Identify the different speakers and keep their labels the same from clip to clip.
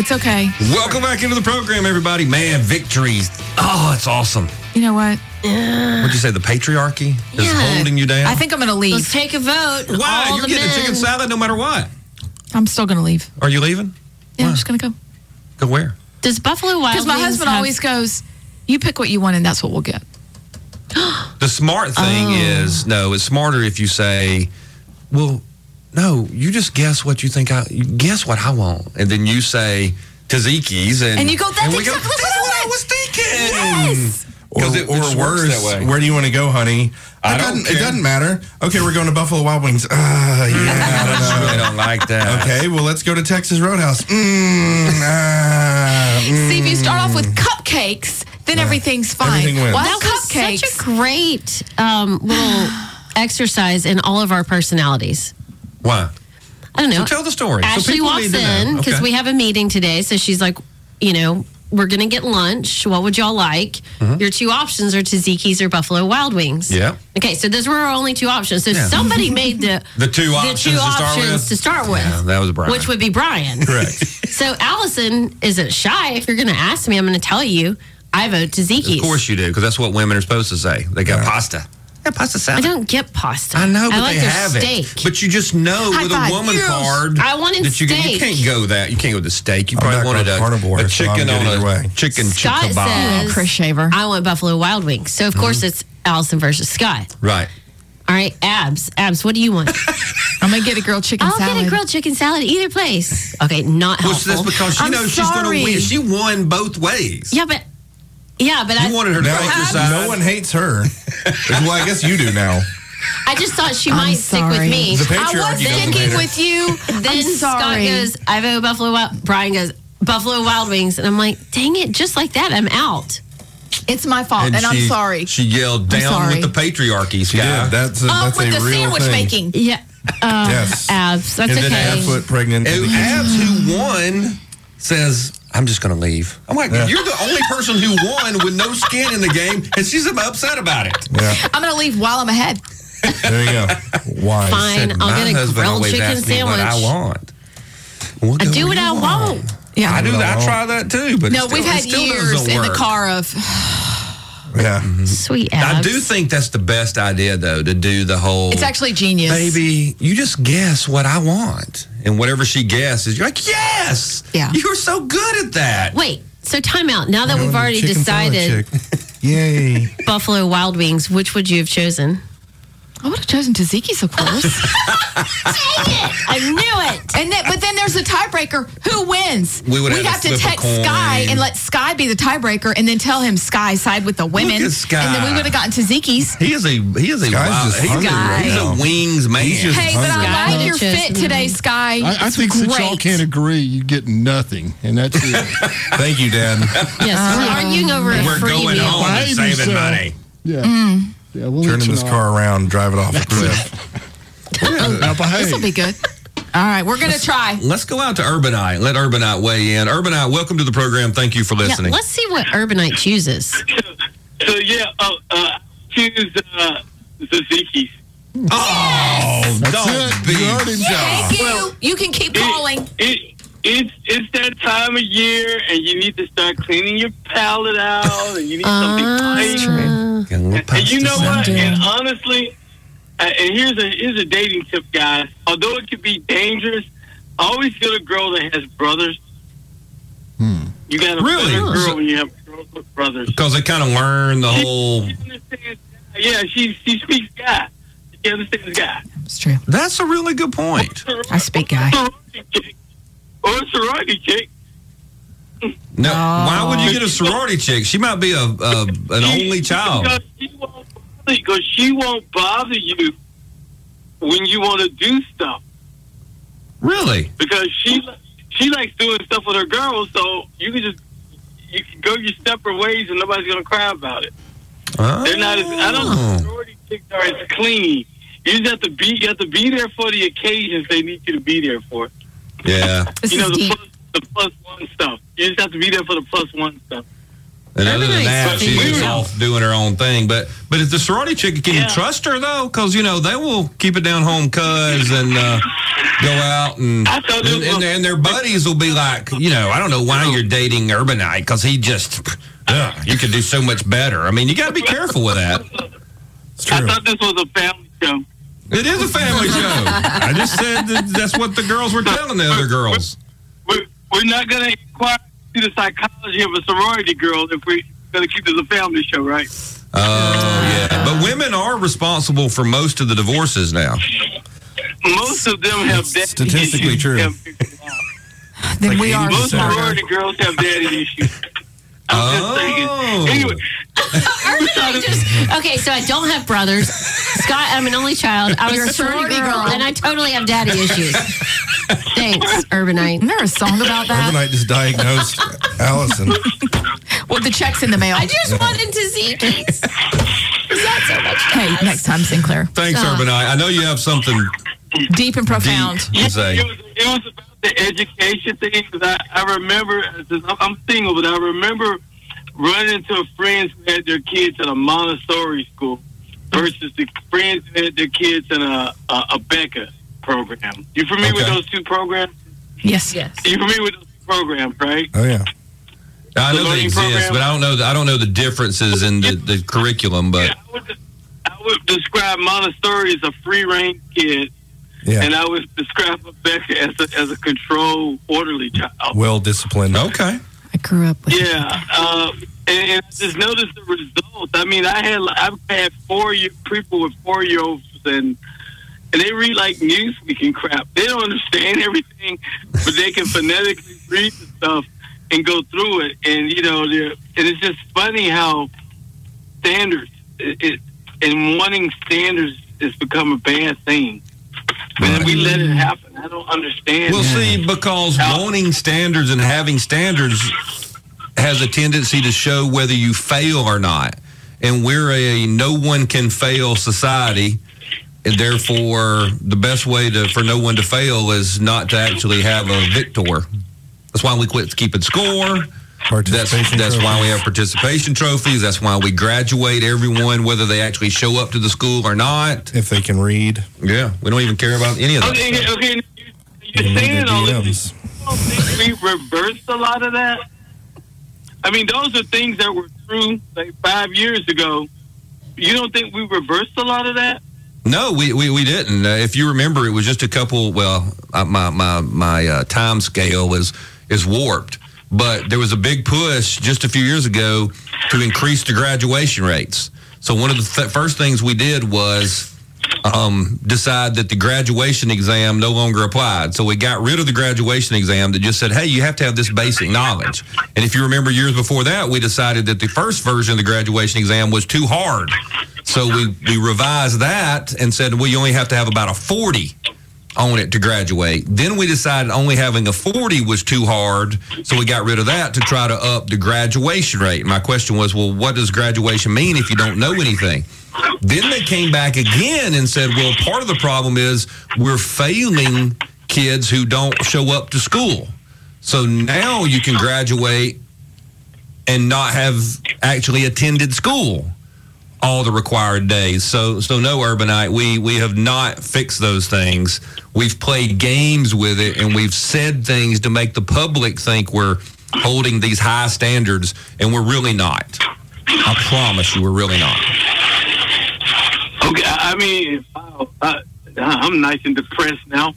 Speaker 1: It's okay.
Speaker 2: Welcome back into the program, everybody. Man, victories. Oh, it's awesome.
Speaker 1: You know what?
Speaker 2: What'd you say? The patriarchy is
Speaker 3: Yeah.
Speaker 2: holding you down?
Speaker 1: I think I'm going to
Speaker 3: Let's
Speaker 1: leave.
Speaker 3: take a vote.
Speaker 2: Why?
Speaker 3: All
Speaker 2: You're
Speaker 3: the
Speaker 2: getting
Speaker 3: men.
Speaker 2: a chicken salad no matter what.
Speaker 1: I'm still going to leave.
Speaker 2: Are you leaving?
Speaker 1: Yeah,
Speaker 2: Why?
Speaker 1: I'm just going to go.
Speaker 2: Go where?
Speaker 3: Does Buffalo Wild
Speaker 1: Because my
Speaker 3: Wings
Speaker 1: husband
Speaker 3: have-
Speaker 1: always goes, you pick what you want and that's what we'll get.
Speaker 2: The smart thing is no. It's smarter if you say, "Well, no, you just guess what you think I you guess what I want," and then you say Tzatziki's, and
Speaker 1: And you go, "That's
Speaker 2: we
Speaker 1: exactly what
Speaker 2: "That's
Speaker 1: I
Speaker 2: I
Speaker 1: want."
Speaker 2: was thinking.
Speaker 1: Yes.
Speaker 4: Or,
Speaker 2: 'Cause it
Speaker 4: or
Speaker 2: just works
Speaker 4: worse,
Speaker 2: that way.
Speaker 4: where do you want to go, honey?
Speaker 2: I
Speaker 4: It
Speaker 2: don't
Speaker 4: doesn't-
Speaker 2: care.
Speaker 4: It doesn't matter. Okay, we're going to Buffalo Wild Wings. Uh, yeah.
Speaker 2: I really don't like that.
Speaker 4: Okay, well, let's go to Texas Roadhouse. Mm, uh, mm.
Speaker 1: See, if you start off with cupcakes, then everything's fine.
Speaker 4: Everything wins.
Speaker 1: Why
Speaker 3: That was
Speaker 1: cupcakes?
Speaker 3: such a great um, little exercise in all of our personalities.
Speaker 2: Why?
Speaker 3: I don't know.
Speaker 2: So tell the story. So
Speaker 3: Ashley
Speaker 2: people need
Speaker 3: walks
Speaker 2: to know.
Speaker 3: in because
Speaker 2: Okay.
Speaker 3: we have a meeting today. So she's like, you know, we're going to get lunch. What would y'all like? Your two options are Tzatziki's or Buffalo Wild Wings.
Speaker 2: Mm-hmm. Yeah.
Speaker 3: Okay. So those were our only two options. So
Speaker 2: Yeah.
Speaker 3: somebody made the,
Speaker 2: The two options to start
Speaker 3: options
Speaker 2: with?
Speaker 3: to start with,
Speaker 2: Yeah, that was Brian.
Speaker 3: which would be Brian.
Speaker 2: Correct.
Speaker 3: so Allison isn't shy. If you're going to ask me, I'm going to tell you I vote Tzatziki's.
Speaker 2: Of course you do, because that's what women are supposed to say. They got pasta. Yeah, pasta
Speaker 3: I
Speaker 2: salad.
Speaker 3: don't get pasta.
Speaker 2: I know, Oh, but
Speaker 3: like
Speaker 2: they
Speaker 3: their
Speaker 2: have
Speaker 3: steak.
Speaker 2: it. But you just know
Speaker 1: High
Speaker 2: with
Speaker 1: five.
Speaker 2: a woman
Speaker 1: Yes.
Speaker 2: card.
Speaker 3: I wanted
Speaker 2: that you, Can, you
Speaker 3: steak.
Speaker 2: can't go that. You can't go to steak. You
Speaker 4: I'm
Speaker 2: probably
Speaker 4: not
Speaker 2: wanted
Speaker 4: going
Speaker 2: a,
Speaker 4: carnivore,
Speaker 2: a
Speaker 4: so I'm
Speaker 2: chicken
Speaker 4: good
Speaker 2: on
Speaker 4: either
Speaker 2: a
Speaker 4: way.
Speaker 2: chicken
Speaker 3: Scott
Speaker 2: chicken
Speaker 1: Oh,
Speaker 3: says,
Speaker 1: Chris Shaver.
Speaker 3: I want Buffalo Wild Wings. So, of
Speaker 2: Mm-hmm.
Speaker 3: course, it's Allison versus Scott.
Speaker 2: Right.
Speaker 3: All right, abs. Abs, what do you want?
Speaker 1: I'm going to get a grilled chicken
Speaker 3: I'll
Speaker 1: salad.
Speaker 3: get a grilled chicken salad, either place. Okay, not
Speaker 2: Well,
Speaker 3: helpful.
Speaker 2: that's because she
Speaker 1: I'm
Speaker 2: knows she's going to
Speaker 1: sorry.
Speaker 2: win. She won both ways.
Speaker 3: yeah, but, yeah, but I,
Speaker 2: You wanted her to
Speaker 4: Now,
Speaker 2: take your side.
Speaker 4: no one hates her. well, I guess you do now.
Speaker 3: I just thought she might stick
Speaker 1: sorry.
Speaker 3: with me.
Speaker 4: The
Speaker 1: I
Speaker 4: patriarchy
Speaker 1: was
Speaker 4: doesn't
Speaker 1: thinking
Speaker 4: matter.
Speaker 1: with you.
Speaker 3: then
Speaker 1: I'm sorry.
Speaker 3: Scott goes, I vote Buffalo Wild. Brian goes, Buffalo Wild Wings. And I'm like, dang it, just like that, I'm out.
Speaker 1: It's my fault, Oh, and, I'm
Speaker 2: she-
Speaker 1: sorry.
Speaker 2: She yelled
Speaker 1: I'm
Speaker 2: down with
Speaker 1: sorry.
Speaker 2: the patriarchy. Scott.
Speaker 4: Yeah, that's a,
Speaker 1: Up
Speaker 3: Oh,
Speaker 4: that's
Speaker 1: with
Speaker 4: a
Speaker 1: the
Speaker 4: real
Speaker 1: sandwich
Speaker 4: thing.
Speaker 1: making.
Speaker 3: Yeah. Uh,
Speaker 4: Yes.
Speaker 3: Abs. That's
Speaker 4: and then
Speaker 3: okay.
Speaker 4: half foot pregnant.
Speaker 2: And
Speaker 4: in the kitchen.
Speaker 2: Abs, who won, says, I'm just going to leave. I'm like, you're the only person who won with no skin in the game, and she's upset about it.
Speaker 4: Yeah,
Speaker 1: I'm going to leave while I'm ahead.
Speaker 4: there you go. Wise.
Speaker 3: Fine.
Speaker 2: Said,
Speaker 3: I'll
Speaker 2: "My
Speaker 3: get a
Speaker 2: husband
Speaker 3: grilled
Speaker 2: always
Speaker 3: chicken
Speaker 2: asks me What I
Speaker 3: sandwich."
Speaker 2: want. We'll
Speaker 3: I
Speaker 2: go
Speaker 3: do what I
Speaker 2: you
Speaker 3: want.
Speaker 1: Yeah.
Speaker 2: I do. I
Speaker 4: No.
Speaker 2: try that too, but
Speaker 1: No,
Speaker 2: it still,
Speaker 1: we've
Speaker 2: it
Speaker 1: had
Speaker 2: still
Speaker 1: years
Speaker 2: doesn't
Speaker 1: in the
Speaker 2: work.
Speaker 1: car of
Speaker 4: Yeah.
Speaker 3: Sweet abs.
Speaker 2: I do think that's the best idea, though, to do the whole.
Speaker 1: it's actually genius.
Speaker 2: Baby, you just guess what I want, and whatever she guesses, you're like, yes,
Speaker 1: Yeah.
Speaker 2: you were so good at that.
Speaker 3: Wait, so time out. Now that we've already
Speaker 4: Chicken salad
Speaker 3: decided
Speaker 4: chick. Yay.
Speaker 3: Buffalo Wild Wings, which would you have chosen?
Speaker 1: I would have chosen Tzatziki's, of course.
Speaker 3: I knew it.
Speaker 1: and then, but then there's a tiebreaker. Who wins?
Speaker 2: We would
Speaker 1: We'd
Speaker 2: have
Speaker 1: have
Speaker 2: to
Speaker 1: to
Speaker 2: flip a
Speaker 1: text Sky
Speaker 2: coin.
Speaker 1: and let Sky be the tiebreaker, and then tell him Sky side with the women.
Speaker 2: at Sky.
Speaker 1: And then we would have gotten Tzatziki's.
Speaker 2: He is a he is a
Speaker 4: Guy's
Speaker 2: wild,
Speaker 4: just
Speaker 2: he's,
Speaker 4: hungry
Speaker 2: a,
Speaker 4: right
Speaker 2: he's
Speaker 4: now.
Speaker 2: a wings man.
Speaker 4: He's just
Speaker 1: Hey, but
Speaker 4: hungry.
Speaker 1: I like your
Speaker 3: Sky
Speaker 1: fit
Speaker 3: just-
Speaker 1: today, Sky.
Speaker 5: I, I
Speaker 1: It's
Speaker 5: think
Speaker 1: great.
Speaker 5: since y'all can't agree, you get nothing, and that's it.
Speaker 4: Thank you, Dad.
Speaker 3: Yes,
Speaker 1: Uh,
Speaker 3: we're arguing over a
Speaker 2: We're
Speaker 3: free
Speaker 2: going
Speaker 3: meal.
Speaker 2: home and
Speaker 5: Why
Speaker 2: saving
Speaker 5: so-
Speaker 2: money.
Speaker 5: yeah, yeah. We'll let
Speaker 4: Turning
Speaker 5: you
Speaker 4: this
Speaker 5: know.
Speaker 4: car around, drive it off a cliff.
Speaker 5: Now behave.
Speaker 1: Oh, This will be good. All right, we're gonna try.
Speaker 2: Let's go out to Urbanite. Let Urbanite weigh in. Urbanite, welcome to the program. Thank you for
Speaker 3: Yeah,
Speaker 2: listening.
Speaker 3: let's see what Urbanite chooses.
Speaker 6: So yeah, uh, uh, choose uh, Zaziki's.
Speaker 2: oh,
Speaker 5: That's
Speaker 2: don't
Speaker 5: it.
Speaker 2: be
Speaker 5: You heard him.
Speaker 1: Thank you. You can keep calling.
Speaker 6: It, it's it's that time of year, and you need to start cleaning your palate out, and you need something
Speaker 1: Ah,
Speaker 6: light.
Speaker 1: uh,
Speaker 2: Got a little
Speaker 6: And you
Speaker 2: pasta
Speaker 6: know
Speaker 2: salad.
Speaker 6: what? And honestly, uh, and here's a here's a dating tip, guys. Although it could be dangerous, always get a girl that has brothers.
Speaker 5: Hmm.
Speaker 6: You got to
Speaker 2: Really?
Speaker 6: better girl
Speaker 2: So-
Speaker 6: when you have girls with brothers.
Speaker 2: Because they kind of learn the whole.
Speaker 6: She understands. Yeah, she she speaks guy. She understands guy.
Speaker 1: It's true.
Speaker 2: That's a really good point.
Speaker 1: I speak guy.
Speaker 6: Or a sorority chick.
Speaker 2: Now, why would you get a sorority chick? She might be a, a an only child.
Speaker 6: Because Um, she won't bother, because she won't bother you when you want to do stuff.
Speaker 2: Really?
Speaker 6: Because she she likes doing stuff with her girls, so you can just you can go your separate ways and nobody's gonna cry about it. They're not as I
Speaker 2: Oh.
Speaker 6: don't know. Sorority chicks are as clingy. You just have to be you have to be there for the occasions they need you to be there for.
Speaker 2: Yeah.
Speaker 1: This
Speaker 6: you know
Speaker 1: is
Speaker 6: the
Speaker 1: deep.
Speaker 6: plus, the plus one stuff. You just have to be there for the plus one stuff.
Speaker 2: And other
Speaker 3: Everybody's
Speaker 2: than that, she's
Speaker 3: figured
Speaker 2: just
Speaker 3: it out.
Speaker 2: off doing her own thing. But but if the sorority chick, can
Speaker 6: Yeah.
Speaker 2: you trust her though? Because you know they will keep it down home, cuz and uh, go out and
Speaker 6: I thought it
Speaker 2: and,
Speaker 6: was-
Speaker 2: and, their- and their buddies will be like, you know, I don't know why you're dating Urbanite because he just. Ugh, you could do so much better. I mean, you got to be careful with that.
Speaker 4: It's
Speaker 6: I
Speaker 4: true.
Speaker 6: thought this was a family show.
Speaker 2: It is a family show. I just said that that's what the girls were telling the other girls.
Speaker 6: We're, we're not going to inquire into the psychology of a sorority girl if we're going to keep this a family show, right?
Speaker 2: Oh yeah, but women are responsible for most of the divorces now.
Speaker 6: Most of them have daddy
Speaker 4: Statistically
Speaker 6: issues.
Speaker 4: true.
Speaker 6: Have-
Speaker 1: Then we are
Speaker 6: Most
Speaker 1: smarter.
Speaker 6: sorority girls have daddy issues. I'm just
Speaker 2: Oh.
Speaker 6: saying. Anyway,
Speaker 3: I just- okay, so I don't have brothers. Scott, I'm an only child. I was
Speaker 1: You're
Speaker 3: a
Speaker 1: sorority
Speaker 3: sorority girl,
Speaker 1: girl.
Speaker 3: and I totally have daddy issues. Thanks, Urbanite.
Speaker 1: Isn't there a song about that?
Speaker 4: Overnight just diagnosed Allison.
Speaker 1: Well, the check's in the mail.
Speaker 3: I just wanted to see Keith.
Speaker 1: Hey, next time, Sinclair.
Speaker 2: Thanks,
Speaker 3: Uh.
Speaker 2: Urban. I, I know you have something
Speaker 1: Deep and profound.
Speaker 2: deep to say.
Speaker 6: It was, it was about the education thing because I, I remember, I'm- I'm single, but I remember running into friends who had their kids in a Montessori school versus the friends who had their kids in a, a, a Becca program. You familiar with
Speaker 2: Okay.
Speaker 6: those two programs?
Speaker 1: Yes.
Speaker 6: You familiar with those two programs, right?
Speaker 4: Oh yeah.
Speaker 2: I
Speaker 6: The
Speaker 2: know they
Speaker 6: learning
Speaker 2: exist,
Speaker 6: program.
Speaker 2: but I don't know. The, I don't know the differences in the, the curriculum. But
Speaker 6: I would, I would describe Montessori as a free range kid,
Speaker 4: Yeah.
Speaker 6: and I would describe Becca as a, as a controlled, orderly child.
Speaker 4: well disciplined.
Speaker 2: okay,
Speaker 1: I grew up with
Speaker 6: Yeah, uh, and, and I just noticed the results. I mean, I had I've had four year people with four year olds, and and they read like Newsweek and crap. They don't understand everything, but they can phonetically read the stuff and go through it. And you know, they're, and it's just funny how standards it, it and wanting standards has become a bad thing. And we let it happen. I don't understand.
Speaker 2: we'll see. Because wanting standards and having standards has a tendency to show whether you fail or not. And we're a no one can fail society, and therefore the best way to for no one to fail is not to actually have a victor. That's why we quit keeping score. That's
Speaker 4: Participation
Speaker 2: that's
Speaker 4: trophy.
Speaker 2: why we have participation trophies. That's why we graduate everyone, whether they actually show up to the school or not.
Speaker 4: if they can read.
Speaker 2: Yeah, we don't even care about any of that.
Speaker 6: Okay, okay. you-
Speaker 4: they
Speaker 6: You're
Speaker 4: can
Speaker 6: saying
Speaker 4: read
Speaker 6: all
Speaker 4: their
Speaker 6: this.
Speaker 4: DMs.
Speaker 6: don't think we reversed a lot of that? I mean, those are things that were true like five years ago. You don't think we reversed a lot of that?
Speaker 2: No, we, we, we didn't. Uh, if you remember, it was just a couple. Well, uh, my my my uh, time scale is is warped, but there was a big push just a few years ago to increase the graduation rates. So one of the th- first things we did was um, decide that the graduation exam no longer applied. So we got rid of the graduation exam that just said, hey, you have to have this basic knowledge. And if you remember years before that, we decided that the first version of the graduation exam was too hard. So we, we revised that and said, well, you only have to have about a 40 on it to graduate. Then we decided only having a 40 was too hard, so we got rid of that to try to up the graduation rate. My question was, well, what does graduation mean if you don't know anything? Then they came back again and said, well, part of the problem is we're failing kids who don't show up to school. So now you can graduate and not have actually attended school all the required days. So so no urbanite. We we have not fixed those things. We've played games with it and we've said things to make the public think we're holding these high standards and we're really not. I promise you we're really not.
Speaker 6: Okay, I I mean, wow, I, I'm nice and depressed now.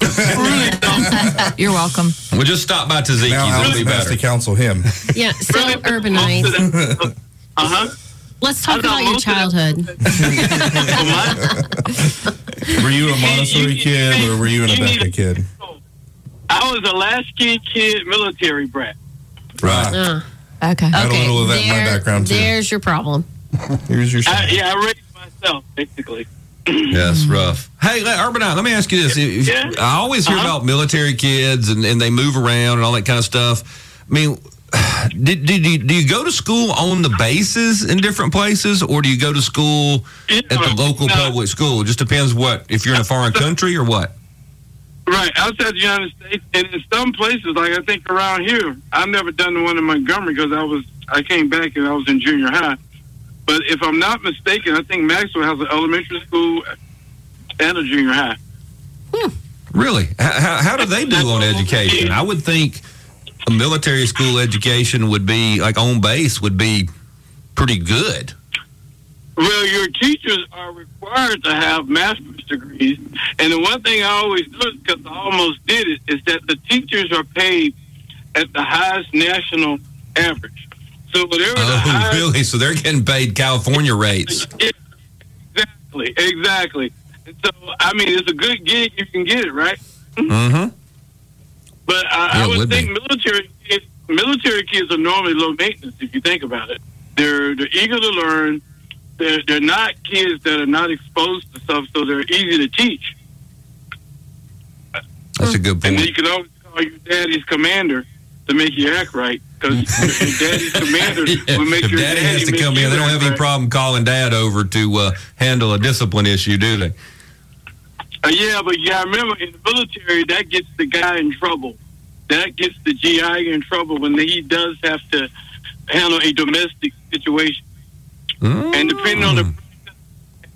Speaker 1: it. You're welcome.
Speaker 2: We'll just stop by
Speaker 4: Now
Speaker 2: Tzatziki's. It'll be
Speaker 4: Allison has
Speaker 2: better.
Speaker 4: to counsel him.
Speaker 3: Yeah, so
Speaker 6: Most
Speaker 3: Urbanite.
Speaker 6: of that- Uh-huh.
Speaker 3: Let's talk
Speaker 6: I thought
Speaker 3: about your
Speaker 6: most of that-
Speaker 3: childhood.
Speaker 6: Well, my-
Speaker 4: Were you a
Speaker 6: You-
Speaker 4: Montessori
Speaker 6: you-
Speaker 4: kid or were you an
Speaker 6: you need
Speaker 4: Abeka
Speaker 6: a-
Speaker 4: kid?
Speaker 6: I was a latchkey kid military brat.
Speaker 4: Right.
Speaker 3: Uh,
Speaker 1: Okay.
Speaker 4: had a
Speaker 3: okay,
Speaker 4: little of that in my background, too.
Speaker 3: there's your problem.
Speaker 4: Here's your
Speaker 6: I,
Speaker 2: Uh,
Speaker 4: shot.
Speaker 6: yeah, I raised myself, basically.
Speaker 2: Yes, rough. Hey, let- Urbanite, let me ask you this. If-
Speaker 6: Yeah.
Speaker 2: I always hear
Speaker 6: Uh-huh.
Speaker 2: about military kids and, and they move around and all that kind of stuff. I mean, did, did you, do you go to school on the bases in different places or do you go to school at the local
Speaker 6: No,
Speaker 2: public school? It just depends what, if you're in a foreign country or what.
Speaker 6: Right, outside the United States, and in some places, like I think around here, I've never done the one in Montgomery because I was I came back and I was in junior high. But if I'm not mistaken, I think Maxwell has an elementary school and a junior high.
Speaker 2: Really? How, how, how do they do on education? I would think a military school education would be like on base would be pretty good.
Speaker 6: Well, your teachers are required to have master's degrees, and the one thing I always do is because I almost did it is that the teachers are paid at the highest national average. So whatever the
Speaker 2: Oh,
Speaker 6: highest
Speaker 2: really? So they're getting paid California rates.
Speaker 6: Exactly, exactly. And so I mean, it's a good gig if you can get it right.
Speaker 2: Mm-hmm.
Speaker 6: But I,
Speaker 2: Yeah, it
Speaker 6: I would,
Speaker 2: would
Speaker 6: think military kids, military kids are normally low maintenance if you think about it. They're they're eager to learn. They're they're not kids that are not exposed to stuff, so they're easy to teach.
Speaker 2: That's a good
Speaker 6: And then
Speaker 2: point.
Speaker 6: you can always call your daddy's commander to make you act right because your daddy's commander
Speaker 2: Yeah,
Speaker 6: will make
Speaker 2: if
Speaker 6: your
Speaker 2: daddy has to
Speaker 6: make
Speaker 2: come
Speaker 6: you
Speaker 2: in, they don't
Speaker 6: act
Speaker 2: have any
Speaker 6: right.
Speaker 2: problem calling dad over to uh, handle a discipline issue, do they?
Speaker 6: Uh, yeah, but yeah, I remember in the military that gets the guy in trouble. That gets the GI in trouble when he does have to handle a domestic situation.
Speaker 3: Hmm?
Speaker 6: And depending on
Speaker 2: Mm.
Speaker 6: the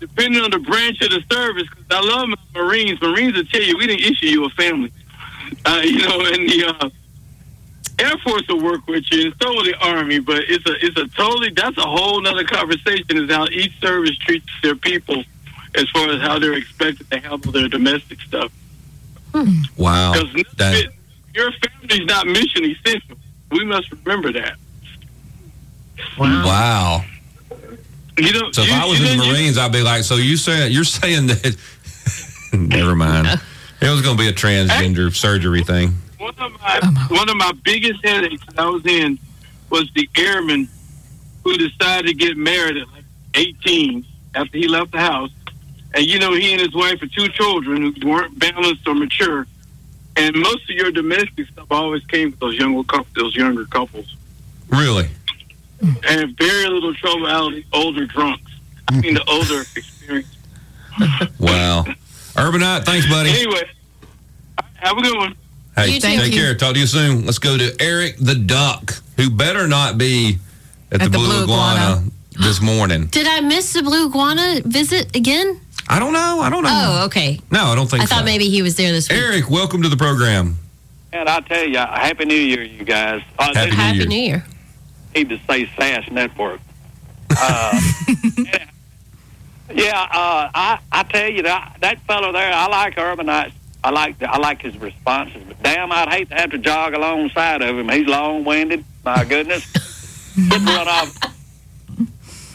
Speaker 6: depending on the branch of the service, because I love my Marines. Marines will tell you we didn't issue you a family. Uh, you know, and the uh, Air Force will work with you, and so will the Army. But it's a it's a totally that's a whole nother conversation is how each service treats their people as far as how they're expected to handle their domestic stuff.
Speaker 2: Wow.
Speaker 6: Because
Speaker 2: Oh, That,
Speaker 6: your family's not mission essential. We must remember that.
Speaker 2: wow.
Speaker 6: You know,
Speaker 2: So if
Speaker 6: you-
Speaker 2: I was
Speaker 6: you
Speaker 2: in the
Speaker 6: know, you-
Speaker 2: Marines, I'd be like, so you saying you're saying that? Never mind. It was going to be a transgender surgery thing.
Speaker 6: one of my one of my biggest headaches that I was in was the airman who decided to get married at like 18 after he left the house, and you know he and his wife had two children who weren't balanced or mature, and most of your domestic stuff always came with those younger couples, those younger couples,
Speaker 2: Really?
Speaker 6: and very little trouble out of the older drunks. I mean the older experienced.
Speaker 2: Wow. Urbanite, thanks, buddy.
Speaker 6: Anyway, have a good one.
Speaker 2: Hey,
Speaker 3: You too.
Speaker 2: take
Speaker 1: Thank you.
Speaker 2: care. Talk to you soon. Let's go to Eric the Duck, who better not be at, the, Blue, Iguana, this morning.
Speaker 3: Did I miss the blue iguana visit again?
Speaker 2: I don't know. I don't know.
Speaker 3: Oh, okay.
Speaker 2: No, I don't think
Speaker 3: I
Speaker 2: so.
Speaker 3: thought maybe he was there this week.
Speaker 2: Eric, welcome to the program.
Speaker 7: And I tell you, Happy New Year, you guys. Uh, I
Speaker 2: Happy
Speaker 7: just
Speaker 2: New
Speaker 3: Happy
Speaker 2: Year.
Speaker 3: New Year.
Speaker 7: need to say Sash Network. Uh, yeah, uh, I I tell you that that fellow there, I like Urbanite. I like the, I like his responses, but damn, I'd hate to have to jog alongside of him. He's long-winded. My goodness, Get run off.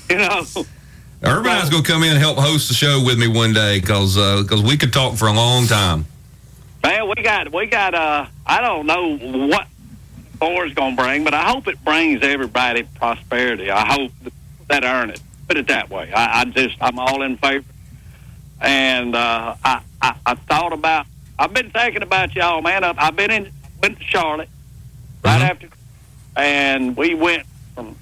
Speaker 7: You know.
Speaker 2: Urbanite's going to come in and help host the show with me one day because we could talk for a long time.
Speaker 7: Man, we got we got uh I don't know what four is gonna bring, but I hope it brings everybody prosperity. I hope that earn it. Put it that way. I, I just I'm all in favor. And uh I, I I thought about I've been thinking about y'all, man. I I've been in went to Charlotte right
Speaker 2: Mhm.
Speaker 7: after and we went from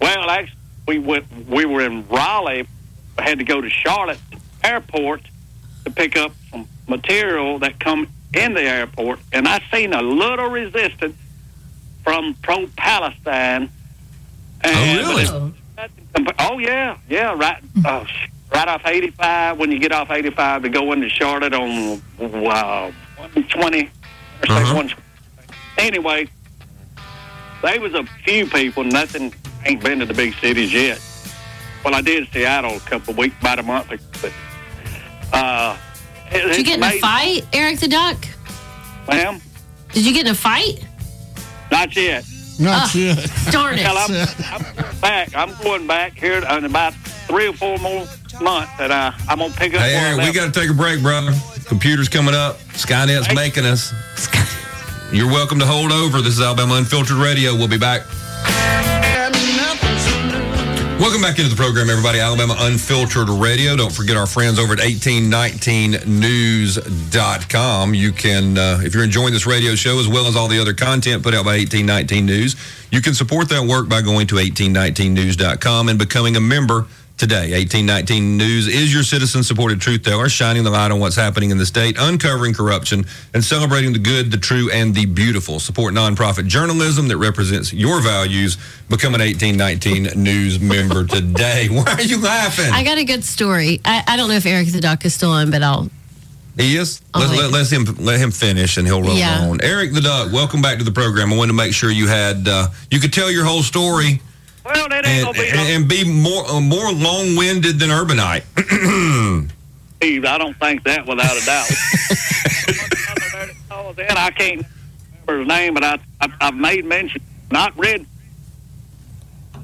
Speaker 7: well actually we went we were in Raleigh, had to go to Charlotte airport to pick up some material that come in the airport, and I seen a little resistance from pro Palestine. And-
Speaker 2: oh, really? Hmm.
Speaker 7: Oh yeah, yeah, right, uh, right off eighty five. When you get off eighty five to go into Charlotte on wow twenty or
Speaker 2: Uh-huh.
Speaker 7: one. Anyway, they was a few people. Nothing. Ain't been to the big cities yet. Well, I did Seattle a couple of weeks, about a month ago. But uh, it-
Speaker 3: Did you
Speaker 7: it's
Speaker 3: get in a
Speaker 7: amazing,
Speaker 3: fight, Eric the Duck?
Speaker 7: ma'am.
Speaker 3: Did you get in a fight?
Speaker 7: Not yet.
Speaker 5: Not yet.
Speaker 3: Darn
Speaker 7: Hell,
Speaker 3: it.
Speaker 7: I'm, I'm going back. I'm going back here in about three or four more months, and uh, I'm gonna pick up.
Speaker 2: Hey,
Speaker 7: where I
Speaker 2: Eric, we
Speaker 7: left
Speaker 2: got to take a break, brother. Computer's coming up. Skynet's making us. You're welcome to hold over. This is Alabama Unfiltered Radio. We'll be back. Welcome back into the program, everybody. Alabama Unfiltered Radio. Don't forget our friends over at 1819news.com. You can, uh, if you're enjoying this radio show as well as all the other content put out by 1819 News, you can support that work by going to 1819news.com and becoming a member Today, 1819 News is your citizen supported truth teller, shining the light on what's happening in the state, uncovering corruption, and celebrating the good, the true, and the beautiful. Support nonprofit journalism that represents your values. Become an 1819 News member today. Why are you laughing?
Speaker 3: I got a good story. I, I don't know if Eric the Duck is still on, but I'll.
Speaker 2: He is.
Speaker 3: Oh,
Speaker 2: Let,
Speaker 3: yeah.
Speaker 2: let, let him let him finish, and he'll roll
Speaker 3: Yeah.
Speaker 2: on. Eric the Duck, welcome back to the program. I wanted to make sure you had uh, you could tell your whole story
Speaker 7: Well, that ain't
Speaker 2: and,
Speaker 7: gonna
Speaker 2: and,
Speaker 7: be no
Speaker 2: and be more uh, more long winded than Urbanite.
Speaker 7: Steve, I don't think that without a doubt. Then I can't remember his name, but I, I I've made mention not Red,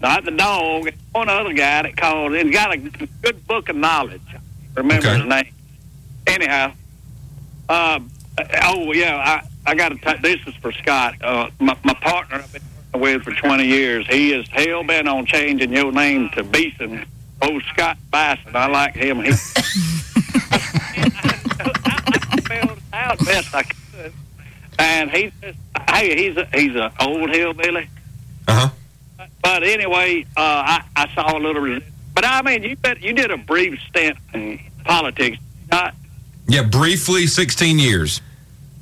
Speaker 7: not the dog, one other guy that called in. He's got a good book of knowledge. Remember
Speaker 2: Okay.
Speaker 7: his name? Anyhow, uh, oh yeah, I I got to. This is for Scott, uh, my, my partner I've been working with for twenty years. He is hell bent on changing your name to Beeson. Oh, Scott Bison. I like him. He spelled it out best I could. And he just, hey, he's a, he's an old hillbilly.
Speaker 2: Uh huh.
Speaker 7: But anyway, uh, I, I saw a little. res- But I mean, you bet you did a brief stint in politics. Not
Speaker 2: Yeah, briefly, sixteen years.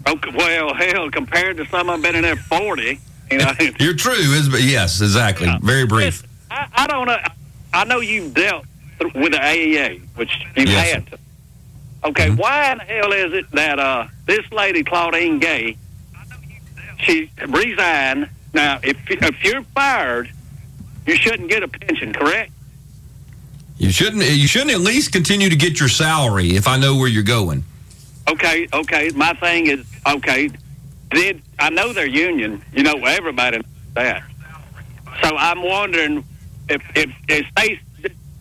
Speaker 7: okay, well, hell, compared to some I've been in there forty. You know,
Speaker 2: You're true, is but yes, exactly. Very brief.
Speaker 7: Listen, I, I don't know. I know you've dealt with the AEA, which you've
Speaker 2: Yes.
Speaker 7: had to. Okay, why in the hell is it that uh, this lady, Claudine Gay, she resigned? Now, if, if you're fired, you shouldn't get a pension, correct?
Speaker 2: You shouldn't you shouldn't at least continue to get your salary if I know where you're going.
Speaker 7: Okay, okay. My thing is, okay, did I know their union? You know, everybody knows that. So I'm wondering if if, if they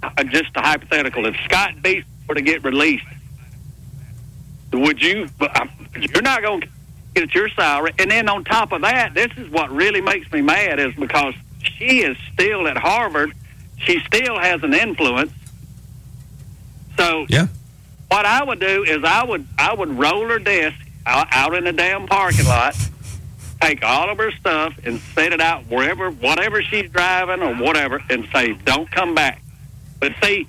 Speaker 7: uh, just a hypothetical. If Scott Beast were to get released, would you? but, uh, You're not going to get your salary. And then on top of that, this is what really makes me mad is because she is still at Harvard. She still has an influence. So
Speaker 2: Yeah.
Speaker 7: what I would do is I would I would roll her desk out, out in the damn parking lot, take all of her stuff and set it out wherever, whatever she's driving or whatever, and say, "Don't come back." But see,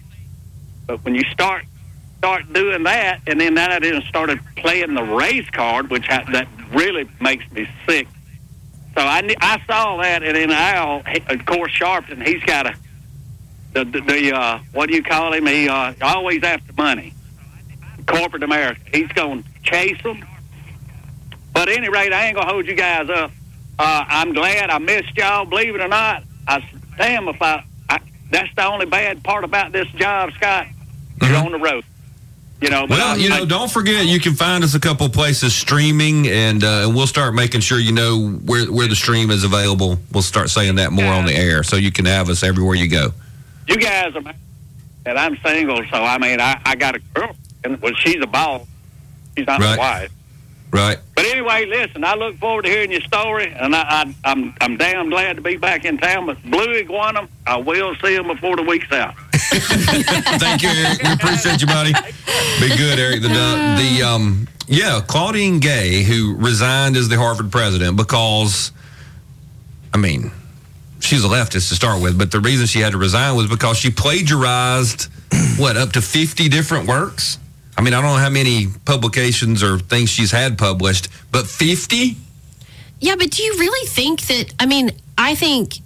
Speaker 7: but when you start start doing that, and then then I didn't started playing the race card, which I, that really makes me sick. So I knew, I saw that, and then Al, he- of course, Sharpton, he's got a the the, the uh, what do you call him? He uh, always after money corporate America. He's going to chase them. But at any rate, I ain't going to hold you guys up. Uh, I'm glad I missed y'all. Believe it or not, I s- damn if I, I. That's the only bad part about this job, Scott. You're on the road. You know. but
Speaker 2: Mm-hmm. Well,
Speaker 7: I-
Speaker 2: you
Speaker 7: I-
Speaker 2: know, don't forget you can find us a couple places streaming, and uh, and we'll start making sure you know where where the stream is available. We'll start saying that more on the air, so you can have us everywhere you go.
Speaker 7: you guys are married, and I'm single, so I mean, I, I got a girl, and well, she's a boss. She's not my
Speaker 2: Right.
Speaker 7: wife.
Speaker 2: Right?
Speaker 7: But anyway, listen, I look forward to hearing your story, and I, I, I'm I'm damn glad to be back in town. But Blue Iguana, I will see him before the week's out.
Speaker 2: Thank you, Eric. We appreciate you, buddy. Be good, Eric. The the, the um yeah, Claudine Gay, who resigned as the Harvard president because, I mean, she's a leftist to start with, but the reason she had to resign was because she plagiarized what up to fifty different works. I mean, I don't know how many publications or things she's had published, but fifty.
Speaker 3: Yeah, but do you really think that? I mean, I think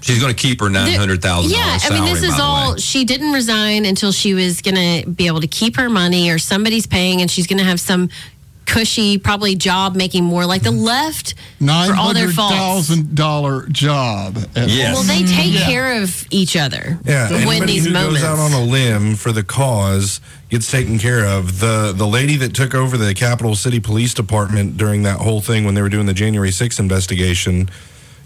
Speaker 2: She's going to keep her nine hundred thousand
Speaker 3: Yeah,
Speaker 2: dollars
Speaker 3: I
Speaker 2: salary.
Speaker 3: mean, this
Speaker 2: by
Speaker 3: is
Speaker 2: the
Speaker 3: all.
Speaker 2: way.
Speaker 3: She didn't resign until she was going to be able to keep her money, or somebody's paying, and she's going to have some cushy, probably job making more. Like
Speaker 4: Mm-hmm.
Speaker 3: the left,
Speaker 5: Nine
Speaker 3: for all their
Speaker 5: hundred
Speaker 3: faults.
Speaker 5: thousand dollar job. at
Speaker 2: Yes.
Speaker 3: Well, they take care of each other
Speaker 4: Mm-hmm. Yeah,
Speaker 3: when
Speaker 4: anybody
Speaker 3: these
Speaker 4: who
Speaker 3: moments.
Speaker 4: goes out on a limb for the cause gets taken care of. The the lady that took over the Capital City Police Department during that whole thing when they were doing the January 6th investigation,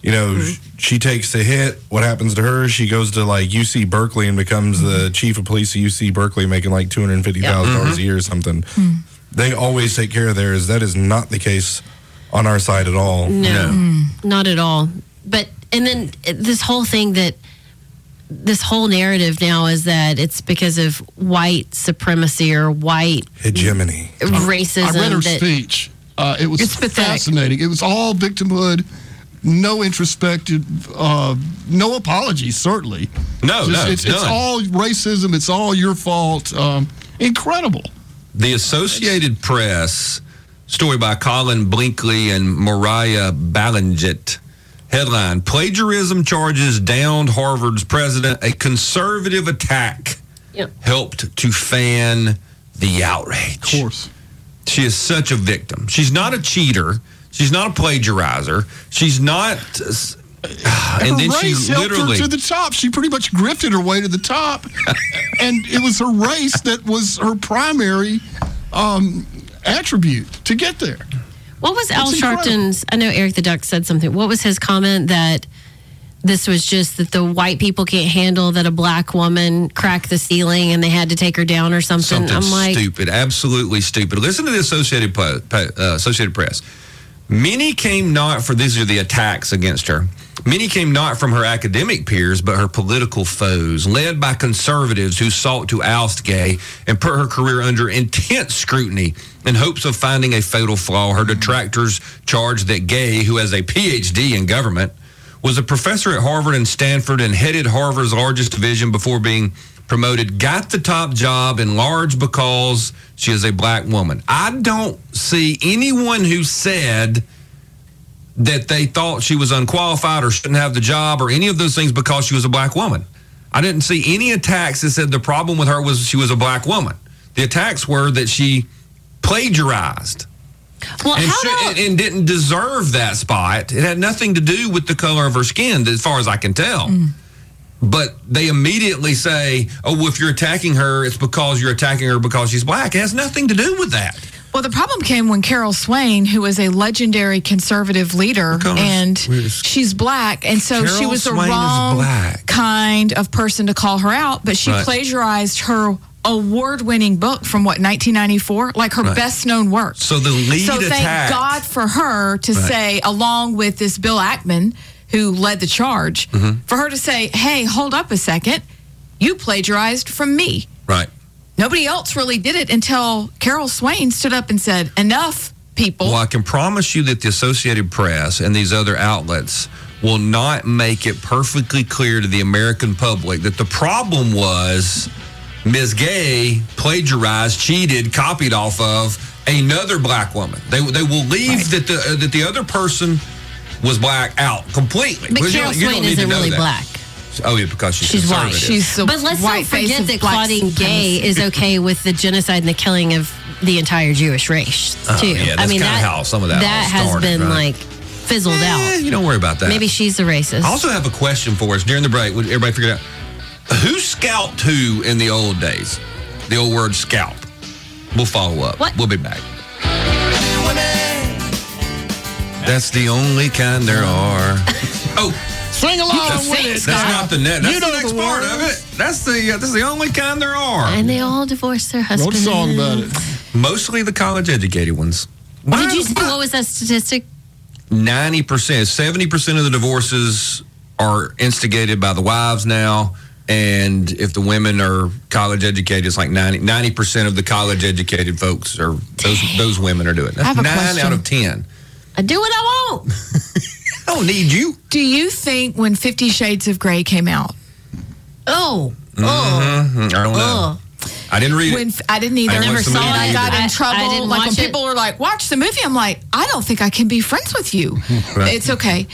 Speaker 4: you know, sh
Speaker 6: Mm-hmm.
Speaker 4: she takes the hit. What happens to her? She goes to like UC Berkeley and becomes the chief of police of UC Berkeley, making like two hundred fifty thousand dollars a year or something.
Speaker 3: Hmm.
Speaker 4: They always take care of theirs. That is not the case on our side at all.
Speaker 3: No, Mm. not at all. But and then uh, this whole thing that this whole narrative now is that it's because of white supremacy or white
Speaker 4: Hegemony.
Speaker 3: racism.
Speaker 5: I read her
Speaker 3: that,
Speaker 5: speech. Uh, it was
Speaker 1: It's pathetic.
Speaker 5: fascinating. It was all victimhood no introspective, uh, no apologies, certainly.
Speaker 2: No,
Speaker 5: Just-
Speaker 2: no,
Speaker 5: it's, it's
Speaker 2: none.
Speaker 5: all racism. It's all your fault. Um, incredible.
Speaker 2: The Associated Press story by Colin Blinkley and Mariah Ballinget. Headline Plagiarism charges downed Harvard's president. A conservative attack
Speaker 3: Yep.
Speaker 2: helped to fan the outrage.
Speaker 5: Of course.
Speaker 2: She is such a victim. She's not a cheater. She's not a plagiarizer. She's not. And then
Speaker 5: her
Speaker 2: she
Speaker 5: race helped
Speaker 2: literally.
Speaker 5: her to the top. She pretty much grifted her way to the top, and it was her race that was her primary um, attribute to get there.
Speaker 3: What was Al
Speaker 5: It's incredible.
Speaker 3: Sharpton's? I know Eric the Duck said something. What was his comment that this was just that the white people can't handle that a black woman cracked the ceiling and they had to take her down or something?
Speaker 2: something
Speaker 3: I'm like,
Speaker 2: stupid, absolutely stupid. Listen to the Associated Po- Po- uh, Associated Press. Many came not for these are the attacks against her. Many came not from her academic peers, but her political foes, led by conservatives who sought to oust Gay and put her career under intense scrutiny in hopes of finding a fatal flaw. Her detractors charged that Gay, who has a PhD in government, was a professor at Harvard and Stanford and headed Harvard's largest division before being promoted, got the top job in large because she is a black woman. I don't see anyone who said that they thought she was unqualified or shouldn't have the job or any of those things because she was a black woman. I didn't see any attacks that said the problem with her was she was a black woman. The attacks were that she plagiarized
Speaker 3: well,
Speaker 2: and,
Speaker 3: how
Speaker 2: should-
Speaker 3: about
Speaker 2: and, and didn't deserve that spot. It had nothing to do with the color of her skin, as far as I can tell.
Speaker 1: Mm.
Speaker 2: But they immediately say, "Oh, well, if you're attacking her, it's because you're attacking her because she's black." It has nothing to do with that.
Speaker 1: Well, the problem came when Carol Swain, who is a legendary conservative leader,
Speaker 2: course.
Speaker 1: and
Speaker 2: Where's-
Speaker 1: she's black, and so she
Speaker 2: Carol
Speaker 1: was the
Speaker 2: Swain is
Speaker 1: wrong
Speaker 2: black.
Speaker 1: kind of person to call her out, but she
Speaker 2: Right.
Speaker 1: plagiarized her award-winning book from what 1994, like her
Speaker 2: Right.
Speaker 1: best-known work.
Speaker 2: So the lead
Speaker 1: so thank
Speaker 2: attack.
Speaker 1: God for her to say, along with this Bill Ackman who led the charge,
Speaker 2: Mm. Mm-hmm.
Speaker 1: for her to say, "Hey, hold up a second, you plagiarized from me."
Speaker 2: right?
Speaker 1: Nobody else really did it until Carol Swain stood up and said, "Enough, people."
Speaker 2: Well, I can promise you that the Associated Press and these other outlets will not make it perfectly clear to the American public that the problem was Ms. Gay plagiarized, cheated, copied off of another black woman. They, they will leave that the uh, that the other person was black out completely.
Speaker 3: but
Speaker 2: Because you
Speaker 3: Carol
Speaker 2: don't- you don't
Speaker 3: Swain
Speaker 2: need to
Speaker 3: isn't
Speaker 2: know
Speaker 3: really
Speaker 2: that.
Speaker 3: black?
Speaker 2: Oh yeah, because she's,
Speaker 3: She's white.
Speaker 2: conservative.
Speaker 1: She's the
Speaker 3: But let's not
Speaker 1: white face
Speaker 3: forget
Speaker 1: of
Speaker 3: that
Speaker 1: black
Speaker 3: Claudine Gay
Speaker 1: supremacy.
Speaker 3: is okay with the genocide and the killing of the entire Jewish race too.
Speaker 2: Oh, yeah,
Speaker 3: I
Speaker 2: that's
Speaker 3: mean,
Speaker 2: kinda
Speaker 3: that,
Speaker 2: how some of that
Speaker 3: that
Speaker 2: all
Speaker 3: has
Speaker 2: started,
Speaker 3: been
Speaker 2: right?
Speaker 3: like fizzled
Speaker 2: Eh,
Speaker 3: out.
Speaker 2: you don't worry about that.
Speaker 3: Maybe she's a racist.
Speaker 2: I also have a question for us during the break. Would everybody figure it out? Who scalped who in the old days? The old word scalp. We'll follow up.
Speaker 3: What?
Speaker 2: We'll be back. That's the only kind there are. Oh,
Speaker 5: Sing along
Speaker 2: that's,
Speaker 5: with it.
Speaker 2: that's not the net. That's
Speaker 5: You
Speaker 2: the
Speaker 5: know
Speaker 2: next
Speaker 5: the
Speaker 2: part of
Speaker 5: words.
Speaker 2: it. That's the uh, that's the only kind there are.
Speaker 3: and they all divorced their
Speaker 5: Wrote
Speaker 3: husband.
Speaker 5: a song about it.
Speaker 2: Mostly the college educated ones.
Speaker 3: Did you see what was that statistic?
Speaker 2: ninety percent, seventy percent of the divorces are instigated by the wives now. And if the women are college educated, it's like 90 percent of the college educated folks are those those women are doing. That's
Speaker 1: have a
Speaker 2: nine
Speaker 1: question.
Speaker 2: out of ten.
Speaker 3: I do what I want.
Speaker 2: I don't need you.
Speaker 1: Do you think when Fifty Shades of Grey came out,
Speaker 3: Oh, oh,
Speaker 2: Mm, I don't know.
Speaker 3: oh.
Speaker 2: I didn't read
Speaker 1: when
Speaker 2: it.
Speaker 1: f- I didn't either,
Speaker 2: I never
Speaker 1: and
Speaker 2: saw it
Speaker 1: I got
Speaker 3: either. I- I
Speaker 1: in trouble.
Speaker 3: didn't
Speaker 1: like when
Speaker 3: watch it.
Speaker 1: people were like, "Watch the movie," I'm like, "I don't think I can be friends with you."
Speaker 2: Right.
Speaker 1: It's okay.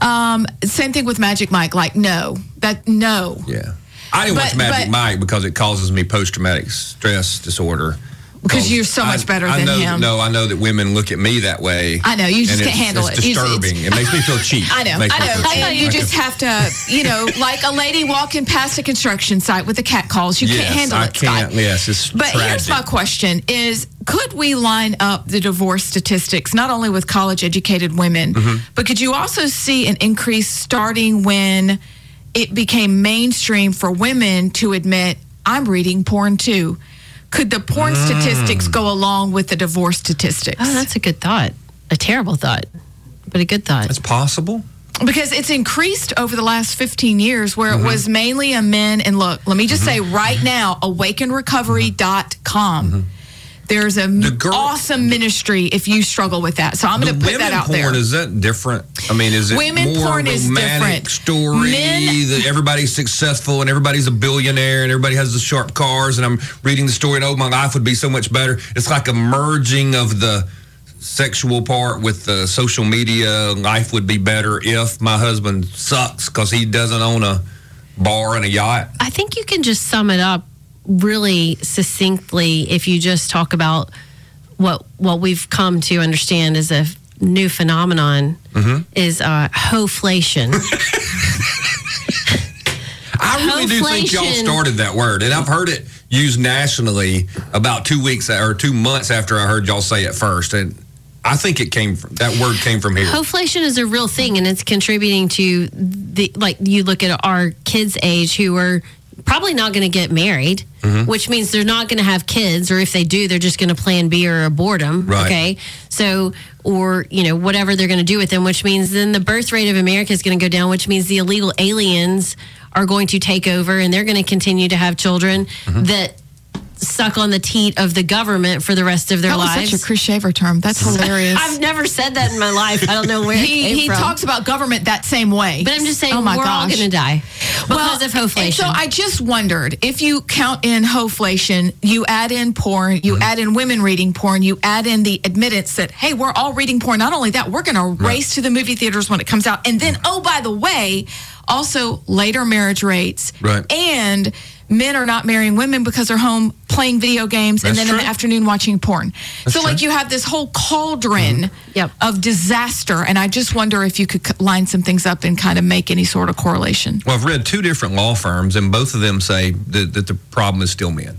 Speaker 1: Um, same thing with Magic Mike. Like, no, that no.
Speaker 2: Yeah, I didn't watch
Speaker 1: But-
Speaker 2: Magic
Speaker 1: but-
Speaker 2: Mike because it causes me post traumatic stress disorder.
Speaker 1: Because you're so
Speaker 2: Oh, I-
Speaker 1: much better
Speaker 2: I
Speaker 1: than
Speaker 2: know,
Speaker 1: him.
Speaker 2: No, I know that women look at me that way.
Speaker 1: I know, you just
Speaker 2: and
Speaker 1: can't handle
Speaker 2: it's- it's
Speaker 1: it. You just- it's-
Speaker 2: Disturbing. it makes me feel cheap.
Speaker 1: I know,
Speaker 2: Makes
Speaker 1: I
Speaker 2: me feel
Speaker 1: know.
Speaker 2: cheap.
Speaker 1: And you
Speaker 2: I
Speaker 1: just
Speaker 2: can-
Speaker 1: have to, you know, like a lady walking past a construction site with the cat calls. You
Speaker 2: Yes,
Speaker 1: can't handle
Speaker 2: I
Speaker 1: it, Scott.
Speaker 2: can't. Yes, it's
Speaker 1: But here's
Speaker 2: tragic.
Speaker 1: my question: Is could we line up the divorce statistics not only with college-educated women,
Speaker 2: Mm-hmm.
Speaker 1: but could you also see an increase starting when it became mainstream for women to admit I'm reading porn too? Could the porn
Speaker 2: Mm.
Speaker 1: statistics go along with the divorce statistics?
Speaker 3: Oh, that's a good thought. A terrible thought, but a good thought.
Speaker 2: It's possible.
Speaker 1: because it's increased over the last 15 years where
Speaker 2: Mm-hmm.
Speaker 1: it was mainly a men and look let me just say right now awakenrecovery.com There's an
Speaker 2: Mm-hmm. The girl-
Speaker 1: awesome ministry if you struggle with that. So I'm going to put
Speaker 2: women
Speaker 1: that out
Speaker 2: porn
Speaker 1: there.
Speaker 2: is that different? I mean, is it
Speaker 1: Women
Speaker 2: more
Speaker 1: porn is
Speaker 2: romantic
Speaker 1: different.
Speaker 2: story
Speaker 1: Men-
Speaker 2: that everybody's successful and everybody's a billionaire and everybody has the sharp cars and I'm reading the story and oh my life would be so much better. It's like a merging of the sexual part with the social media. Life would be better if my husband sucks because he doesn't own a bar and a yacht.
Speaker 3: I think you can just sum it up really succinctly if you just talk about what what we've come to understand is a f- new phenomenon
Speaker 2: Mm-hmm.
Speaker 3: is uh, hoflation.
Speaker 2: I really do think y'all
Speaker 3: Hoflation.
Speaker 2: started that word, and I've heard it used nationally about two weeks or two months after I heard y'all say it first, and I think it came from that word came from here.
Speaker 3: Hoflation is a real thing, and it's contributing to the like. You look at our kids' age who are probably not going to get married,
Speaker 1: Mm-hmm.
Speaker 3: which means they're not going to have kids, or if they do, they're just going to plan B or abort them.
Speaker 2: Right.
Speaker 3: Okay, so or you know whatever they're going to do with them, which means then the birth rate of America is going to go down, which means the illegal aliens are going to take over, and they're going to continue to have children
Speaker 1: Mm-hmm.
Speaker 3: that suck on the teat of the government for the rest of their
Speaker 1: That was
Speaker 3: lives.
Speaker 1: such a Chris Shaver term. That's hilarious.
Speaker 3: I've never said that in my life. I don't know where it
Speaker 1: he
Speaker 3: came
Speaker 1: he
Speaker 3: from.
Speaker 1: talks about government that same way.
Speaker 3: But I'm just saying,
Speaker 1: oh my
Speaker 3: we're all
Speaker 1: gosh.
Speaker 3: going to die because of
Speaker 1: and
Speaker 3: hoflation.
Speaker 1: So I just wondered if you count in hoflation, you add in porn,
Speaker 3: Mm-hmm.
Speaker 1: you add in women reading porn, you add in the admittance that hey, we're all reading porn. Not only that, we're going to race to the movie theaters when it comes out, and then oh by the way, also later marriage rates,
Speaker 2: Right.
Speaker 1: And men are not marrying women because they're home playing video games and
Speaker 2: That's
Speaker 1: then in the
Speaker 2: true.
Speaker 1: afternoon watching porn. so like
Speaker 2: true. Mm-hmm.
Speaker 1: you have this whole cauldron
Speaker 3: Yep.
Speaker 1: of disaster, and I just wonder if you could c- line some things up and kind of make any sort of correlation.
Speaker 2: Well, I've read two different law firms, and both of them say that, that the problem is still men.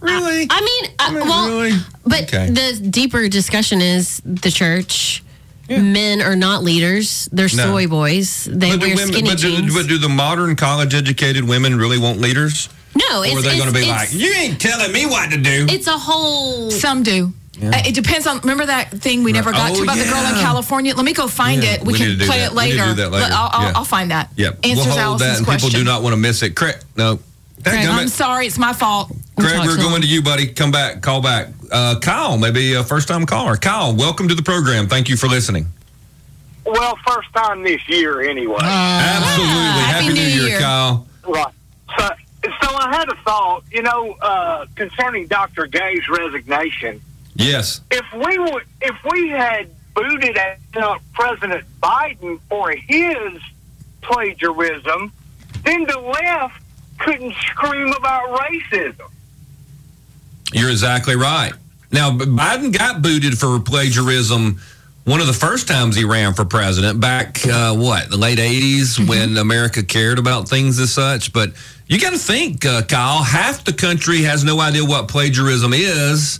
Speaker 2: really?
Speaker 3: I mean, uh,
Speaker 2: mean,
Speaker 3: well,
Speaker 2: really?
Speaker 3: but
Speaker 2: Okay.
Speaker 3: the deeper discussion is the church. Men are not leaders; they're
Speaker 2: No.
Speaker 3: soy boys. They
Speaker 2: But do,
Speaker 3: wear
Speaker 2: women,
Speaker 3: skinny
Speaker 2: but, do,
Speaker 3: jeans.
Speaker 2: but do the modern college-educated women really want leaders,
Speaker 3: no, it's
Speaker 2: or are they
Speaker 3: it's-
Speaker 2: going to be
Speaker 3: it's-
Speaker 2: like, "You ain't telling me what to do"?
Speaker 3: It's a whole.
Speaker 1: Some do. Uh, It depends on. Remember that thing we never got
Speaker 2: Oh,
Speaker 1: to about the girl in
Speaker 2: yeah.
Speaker 1: California? Let me go find
Speaker 2: Yeah,
Speaker 1: it. We,
Speaker 2: we need
Speaker 1: can
Speaker 2: to do
Speaker 1: play
Speaker 2: that.
Speaker 1: it
Speaker 2: We need to
Speaker 1: later.
Speaker 2: do that
Speaker 1: But
Speaker 2: later.
Speaker 1: I'll, I'll,
Speaker 2: Yeah.
Speaker 1: I'll find that.
Speaker 2: Yep.
Speaker 1: Answers
Speaker 2: we'll hold
Speaker 1: Allison's
Speaker 2: that, and
Speaker 1: question.
Speaker 2: people do not want to miss it. Correct? No. Dadgummit.
Speaker 1: I'm sorry, it's my fault. We'll
Speaker 2: Greg,
Speaker 1: talk
Speaker 2: we're
Speaker 1: to him.
Speaker 2: going to you, buddy. Come back, call back. Uh, Kyle, maybe a first time caller. Kyle, welcome to the program. Thank you for listening.
Speaker 8: Well, first time this year, anyway.
Speaker 2: Absolutely. Uh, Happy, New, Year, Kyle.
Speaker 8: right. So, so I had a thought, you know, uh, concerning Dr. Gay's resignation.
Speaker 2: Yes.
Speaker 8: If we would, if we had booted out President Biden for his plagiarism, then the left couldn't scream about racism.
Speaker 2: You're exactly right. Now, B- Biden got booted for plagiarism one of the first times he ran for president back, uh, what, the late 80s
Speaker 1: Mm-hmm.
Speaker 2: when America cared about things as such. But you got to think, uh, Kyle, half the country has no idea what plagiarism is.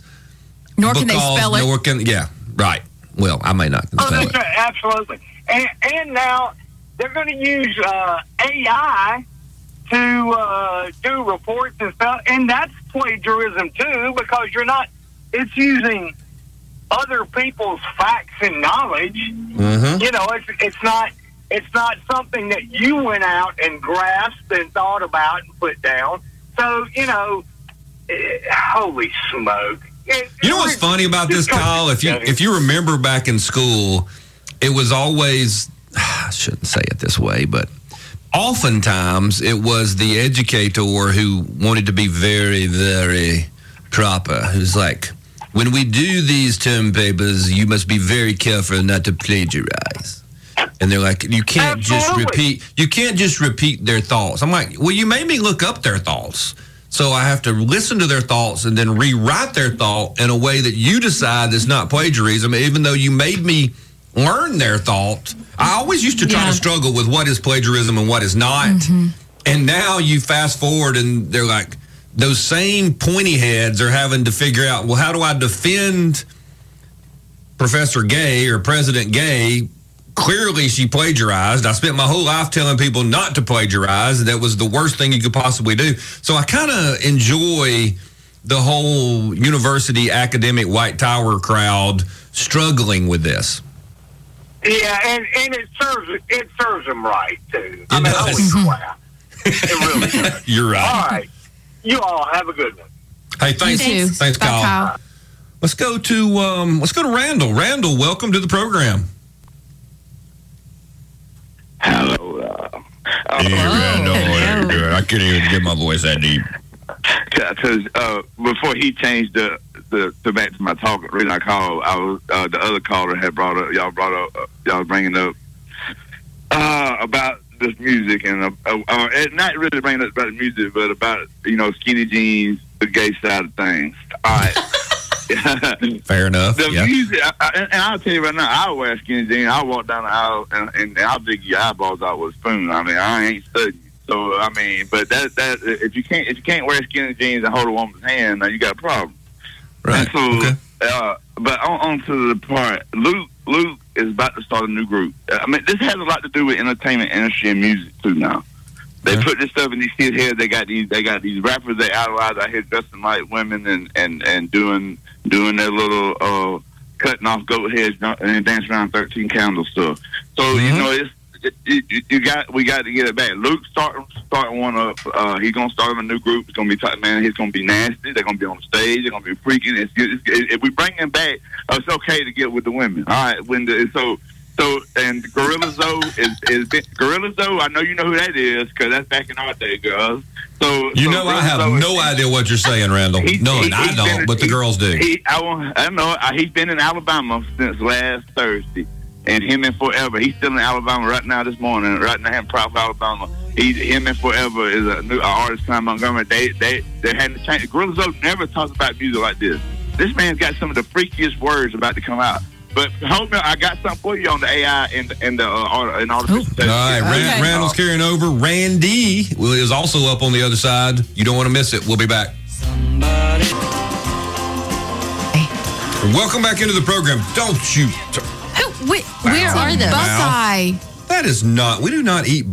Speaker 1: Nor can they
Speaker 2: because
Speaker 1: spell it.
Speaker 2: nor can- yeah, right. Well, I may not can
Speaker 8: Oh,
Speaker 2: spell
Speaker 8: that's
Speaker 2: it.
Speaker 8: right, absolutely. And, and now they're going to use uh, AI to uh, do reports and stuff, and that's plagiarism too because you're not. It's using other people's facts and knowledge.
Speaker 2: Mm-hmm.
Speaker 8: You know, it's it's not it's not something that you went out and grasped and thought about and put down. So you know, eh, holy smoke! It-
Speaker 2: You know what's funny about this, Kyle? If you if you remember back in school, it was always I shouldn't say it this way, but oftentimes it was the educator who wanted to be very, very proper. Who's like, when we do these term papers, you must be very careful not to plagiarize. And they're like, you can't just
Speaker 8: Absolutely.
Speaker 2: repeat. You can't just repeat their thoughts. I'm like, well, you made me look up their thoughts, so I have to listen to their thoughts and then rewrite their thought in a way that you decide that's not plagiarism, even though you made me learn their thought. I always used to try
Speaker 3: Yeah.
Speaker 2: to struggle with what is plagiarism and what is not, and now you fast forward and they're like, those same pointy heads are having to figure out, well, how do I defend? Professor Gay or President Gay, clearly she plagiarized. I spent my whole life telling people not to plagiarize. and That was the worst thing you could possibly do. So I kind of enjoy the whole university academic white tower crowd struggling with this.
Speaker 8: Yeah, and, and it serves it serves them right too. I
Speaker 2: It
Speaker 8: mean,
Speaker 2: does.
Speaker 8: holy crap! It really does.
Speaker 2: You're right.
Speaker 8: All right. You all have a good one.
Speaker 2: Hey, thanks,
Speaker 1: You too.
Speaker 2: thanks,
Speaker 1: Bye,
Speaker 2: Kyle. Let's go to um, let's go to Randall. Randall, welcome to the program.
Speaker 9: Hello. Uh, uh,
Speaker 3: Randall. Hello.
Speaker 4: I couldn't even get my voice that deep.
Speaker 9: cause, uh, before he changed the, the to back to my talk, the reason I called, I was uh, the other caller had brought up y'all brought up uh, y'all was bringing up uh, about this music and uh, uh, uh, and not really bringing up about the music, but about you know skinny jeans, the gay side of things. All right.
Speaker 2: Fair enough.
Speaker 9: The
Speaker 2: yeah.
Speaker 9: music, I, I, and I'll tell you right now, I'll wear skinny jeans. I'll walk down the aisle and, and I'll dig your eyeballs out with a spoon. I mean, I ain't studying. So I mean, but that that if you can't if you can't wear skinny jeans and hold a woman's hand, now you got a problem.
Speaker 2: Right.
Speaker 9: So,
Speaker 2: Okay.
Speaker 9: uh, but on, on to the part, Luke Luke is about to start a new group. I mean, this has a lot to do with entertainment industry and music too. Now they
Speaker 2: Yeah.
Speaker 9: put this stuff in these kids' heads. They got these they got these rappers they idolize out here dressing like women and and and doing doing their little uh, cutting off goat heads and dancing around thirteen candles stuff. So you
Speaker 2: Mhm.
Speaker 9: know it's. It, it, you got we got to get it back. Luke starting starting one up. Uh, he's gonna start him a new group. It's gonna be top man. He's gonna be nasty. They're gonna be on stage. They're gonna be freaking. It's, good. it's, good. if we bring him back, uh, it's okay to get with the women. All right. When the, so so and Gorilla Zoe is is been, Gorilla Zoe. I know you know who that is because that's back in our day, girls. So so
Speaker 2: You know,
Speaker 9: Gorilla
Speaker 2: I have
Speaker 9: Zoe is-
Speaker 2: no idea what you're saying, Randall.
Speaker 9: He-
Speaker 2: None.
Speaker 9: he-
Speaker 2: I
Speaker 9: he's
Speaker 2: don't,
Speaker 9: been-
Speaker 2: but the
Speaker 9: he-
Speaker 2: girls do.
Speaker 9: He, I, won't- I don't know. I, he's been in Alabama since last Thursday, and him and forever. He's still in Alabama right now this morning, right now in Prof, Alabama. He, him and forever is a new a artist, Tom Montgomery. They, they, they had to change. Gorilla Zoe never talks about music like this. This man's got some of the freakiest words about to come out. But hold on, I got something for you on the AI and and the uh, art and all the.
Speaker 2: All right, Ran-
Speaker 1: Okay.
Speaker 2: Randall's carrying over. Randy will- is also up on the other side. You don't want to miss it. We'll be back. Welcome back into the program. Don't you? t-
Speaker 3: Who, wait, where are those?
Speaker 1: Buckeye.
Speaker 2: That is not. We do not eat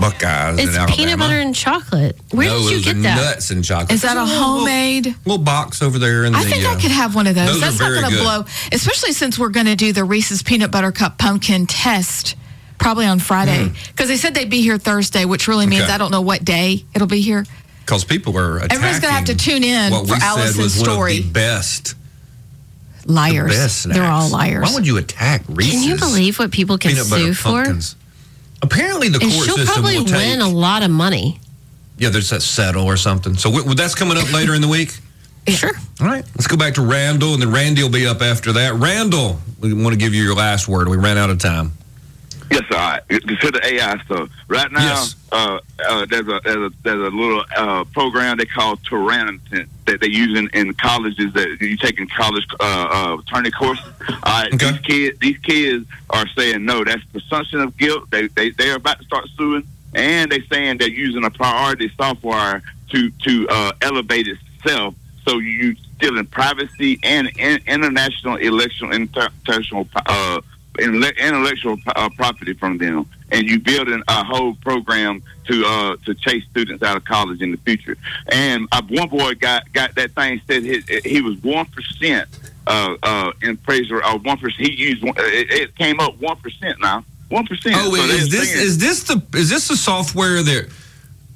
Speaker 2: Buckeyes in
Speaker 3: It's
Speaker 2: Alabama.
Speaker 3: peanut butter and chocolate. Where
Speaker 2: no,
Speaker 3: did you
Speaker 2: those are
Speaker 3: get that?
Speaker 2: Nuts and chocolate.
Speaker 1: Is that a
Speaker 2: There's little-
Speaker 1: homemade?
Speaker 2: little box over there? In
Speaker 1: I
Speaker 2: the,
Speaker 1: think
Speaker 2: uh,
Speaker 1: I could have one of those.
Speaker 2: those are
Speaker 1: That's not
Speaker 2: very
Speaker 1: going to
Speaker 2: good.
Speaker 1: blow, especially since we're going to do the Reese's Peanut Butter Cup Pumpkin test probably on Friday because they said they'd be here Thursday, which really means
Speaker 2: Mm. Okay.
Speaker 1: I don't know what day it'll be here.
Speaker 2: because people were attacking.
Speaker 1: Everybody's gonna have to tune in
Speaker 2: what
Speaker 1: for
Speaker 2: we said
Speaker 1: Allison's
Speaker 2: was
Speaker 1: story.
Speaker 2: One of the best,
Speaker 1: Liars.
Speaker 2: best snacks.
Speaker 1: They're all liars.
Speaker 2: Why would you attack Reese's?
Speaker 3: Can you believe what people can
Speaker 2: peanut butter
Speaker 3: sue for?
Speaker 2: pumpkins? Apparently, the
Speaker 3: And
Speaker 2: court
Speaker 3: she'll
Speaker 2: system
Speaker 3: probably
Speaker 2: will take.
Speaker 3: win a lot of money.
Speaker 2: yeah, there's that settle or something. So w- that's coming up later in the week.
Speaker 3: Sure.
Speaker 2: All right, let's go back to Randall, and then Randy will be up after that. Randall, we want to give you your last word. We ran out of time.
Speaker 9: Yes, all right. To the AI stuff. Right now,
Speaker 2: Yes.
Speaker 9: uh, uh, there's a there's a, there's a little uh, program they call Tyrannitin that they use in, in colleges that you take in college uh, uh, attorney courses. All right,
Speaker 2: Okay.
Speaker 9: these kids these kids are saying no. That's presumption of guilt. They they they are about to start suing, and they saying they're using a priority software to to uh, elevate itself. So you stealing privacy and in, international election inter- international uh, inle- intellectual uh, property from them, and you building a whole program to uh, to chase students out of college in the future. And uh, one boy got got that thing said he, he was one percent uh, uh, in praiser. Uh, one percent. He used one- uh, it, it came up one percent now. One percent.
Speaker 2: Oh, is this is this the is this the software that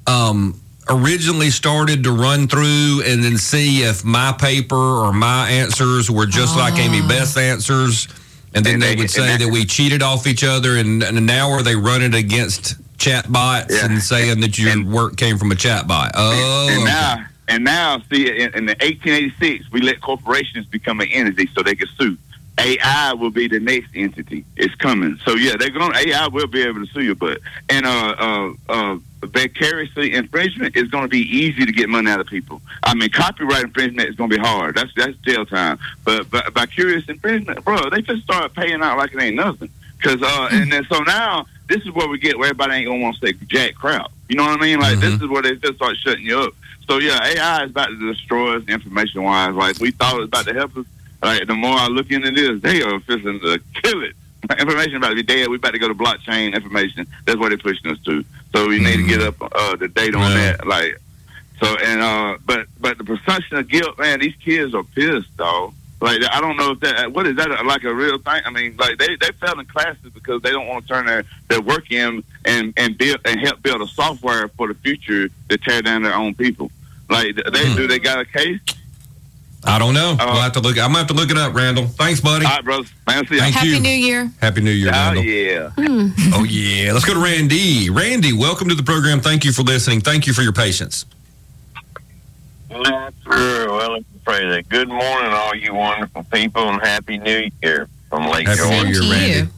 Speaker 2: um, originally started to run through and then see if my paper or my answers were just like Amy
Speaker 1: Ah.
Speaker 2: Beth's answers, and then
Speaker 9: And
Speaker 2: they
Speaker 9: they-
Speaker 2: would
Speaker 9: and
Speaker 2: say
Speaker 9: that-
Speaker 2: that we cheated off each other, and, and now are they running against chat bots
Speaker 9: Yeah.
Speaker 2: and saying that your
Speaker 9: And-
Speaker 2: work came from a chat bot? Oh,
Speaker 9: and
Speaker 2: okay.
Speaker 9: now and now see in, in the 1886 we let corporations become an entity so they can sue AI will be the next entity. It's coming. So yeah, they're going. to AI will be able to sue you, but and uh uh uh vicariously infringement is going to be easy to get money out of people. I mean, copyright infringement is going to be hard. That's that's jail time. But but vicarious infringement, bro, they just start paying out like it ain't nothing. Cause uh and then so now this is where we get where everybody ain't gonna want to say jack crap. You know what I mean? Like this is where they just start shutting you up. So yeah, AI is about to destroy us information wise. Like we thought it was about to help us. Like the more I look into this, they are fixing to kill it. Information about to be dead. We about to go to blockchain information. That's what they're pushing us to. So we need to get up uh, the date on
Speaker 2: Yeah.
Speaker 9: that. Like so, and uh, but but the presumption of guilt, man. These kids are pissed, dog. Like I don't know if that uh, what is that like a real thing. I mean, like they they fail in classes because they don't want to turn their their work in and and build and help build a software for the future to tear down their own people. Like, they do they got a case?
Speaker 2: I don't know.
Speaker 9: Uh,
Speaker 2: we'll have to look. I'm gonna have to look it up, Randall. Thanks, buddy.
Speaker 9: All right, brothers. Man, see ya.
Speaker 2: Thank
Speaker 1: Happy
Speaker 2: you.
Speaker 1: New Year.
Speaker 2: Happy New Year,
Speaker 9: Oh,
Speaker 2: Randall.
Speaker 9: yeah.
Speaker 3: Hmm.
Speaker 2: Oh yeah. Let's go to Randy. Randy, welcome to the program. Thank you for listening. Thank you for your patience.
Speaker 10: That's true. Well, it's crazy. Good morning, all you wonderful people, and Happy New Year from Lake
Speaker 2: Happy
Speaker 10: Georgia.
Speaker 2: New Year,
Speaker 1: to
Speaker 2: Randy.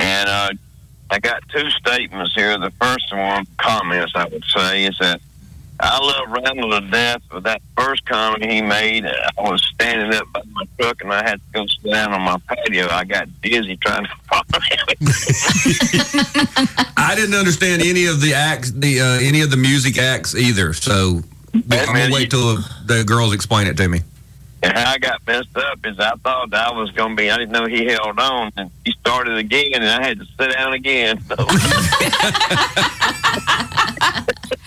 Speaker 10: And uh, I got two statements here. The first one, comments I would say, is that I love Randall to death, but that first comment he made, uh, I was standing up by my truck and I had to go sit down on my patio. I got dizzy trying to follow him.
Speaker 2: I didn't understand any of the acts, the uh, any of the music acts either. So
Speaker 10: That's
Speaker 2: I'm gonna
Speaker 10: really-
Speaker 2: wait till the girls explain it to me.
Speaker 10: And how I got messed up is I thought I was going to be, I didn't know he held on, and he started again, and I had to sit down again.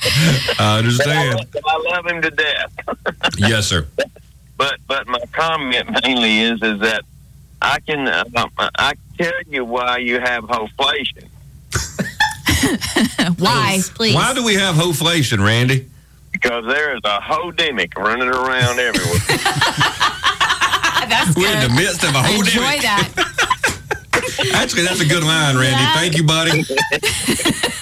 Speaker 10: So.
Speaker 2: I
Speaker 10: I
Speaker 2: understand.
Speaker 10: love, I love him to death.
Speaker 2: yes, sir.
Speaker 10: But but my comment mainly is is that I can uh, I tell you why you have hoflation.
Speaker 1: Why?
Speaker 3: Please, please.
Speaker 2: Why do we have hoflation, Randy?
Speaker 10: Because there is a hodemic running around everywhere.
Speaker 1: That's
Speaker 2: We're in
Speaker 1: good.
Speaker 2: the midst of a whole
Speaker 1: Enjoy
Speaker 2: day.
Speaker 1: that.
Speaker 2: Actually, that's a good line, Randy. Thank you, buddy.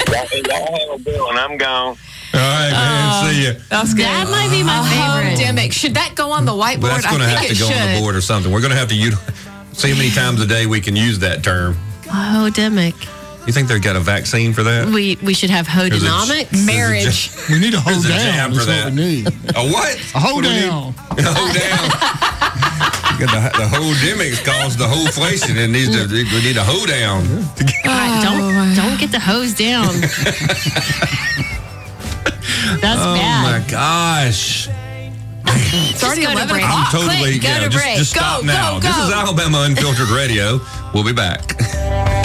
Speaker 2: All
Speaker 10: Y'all have a bill and I'm gone.
Speaker 2: right, man. See ya.
Speaker 1: That's good.
Speaker 3: That might be my favorite.
Speaker 1: Pandemic. Oh, Should that go on the whiteboard?
Speaker 2: But that's going to
Speaker 1: I think
Speaker 2: have to
Speaker 1: it
Speaker 2: go
Speaker 1: should.
Speaker 2: on the board or something. We're going to have to use, see how many times a day we can use that term.
Speaker 3: Hodemic.
Speaker 2: You think they've got a vaccine for that?
Speaker 3: We we should have hodenomics.
Speaker 1: Marriage.
Speaker 5: We need a hold
Speaker 2: There's a jab
Speaker 5: down.
Speaker 2: for
Speaker 5: That's what we need.
Speaker 2: A what?
Speaker 5: A hold
Speaker 2: What do we need?
Speaker 5: down.
Speaker 2: A hold down. You got the, the whole demics caused the whole inflation and needs to, we need a hoe down.
Speaker 3: God, don't don't get the hose down. That's
Speaker 2: Oh
Speaker 3: bad.
Speaker 2: my gosh.
Speaker 1: It's already
Speaker 3: go to
Speaker 1: 11
Speaker 3: break.
Speaker 1: o'clock.
Speaker 2: I'm totally
Speaker 1: Quick, go
Speaker 2: yeah,
Speaker 1: to
Speaker 2: just,
Speaker 1: break.
Speaker 2: just
Speaker 1: go,
Speaker 2: stop now.
Speaker 1: go, go.
Speaker 2: This is Alabama Unfiltered Radio. We'll be back.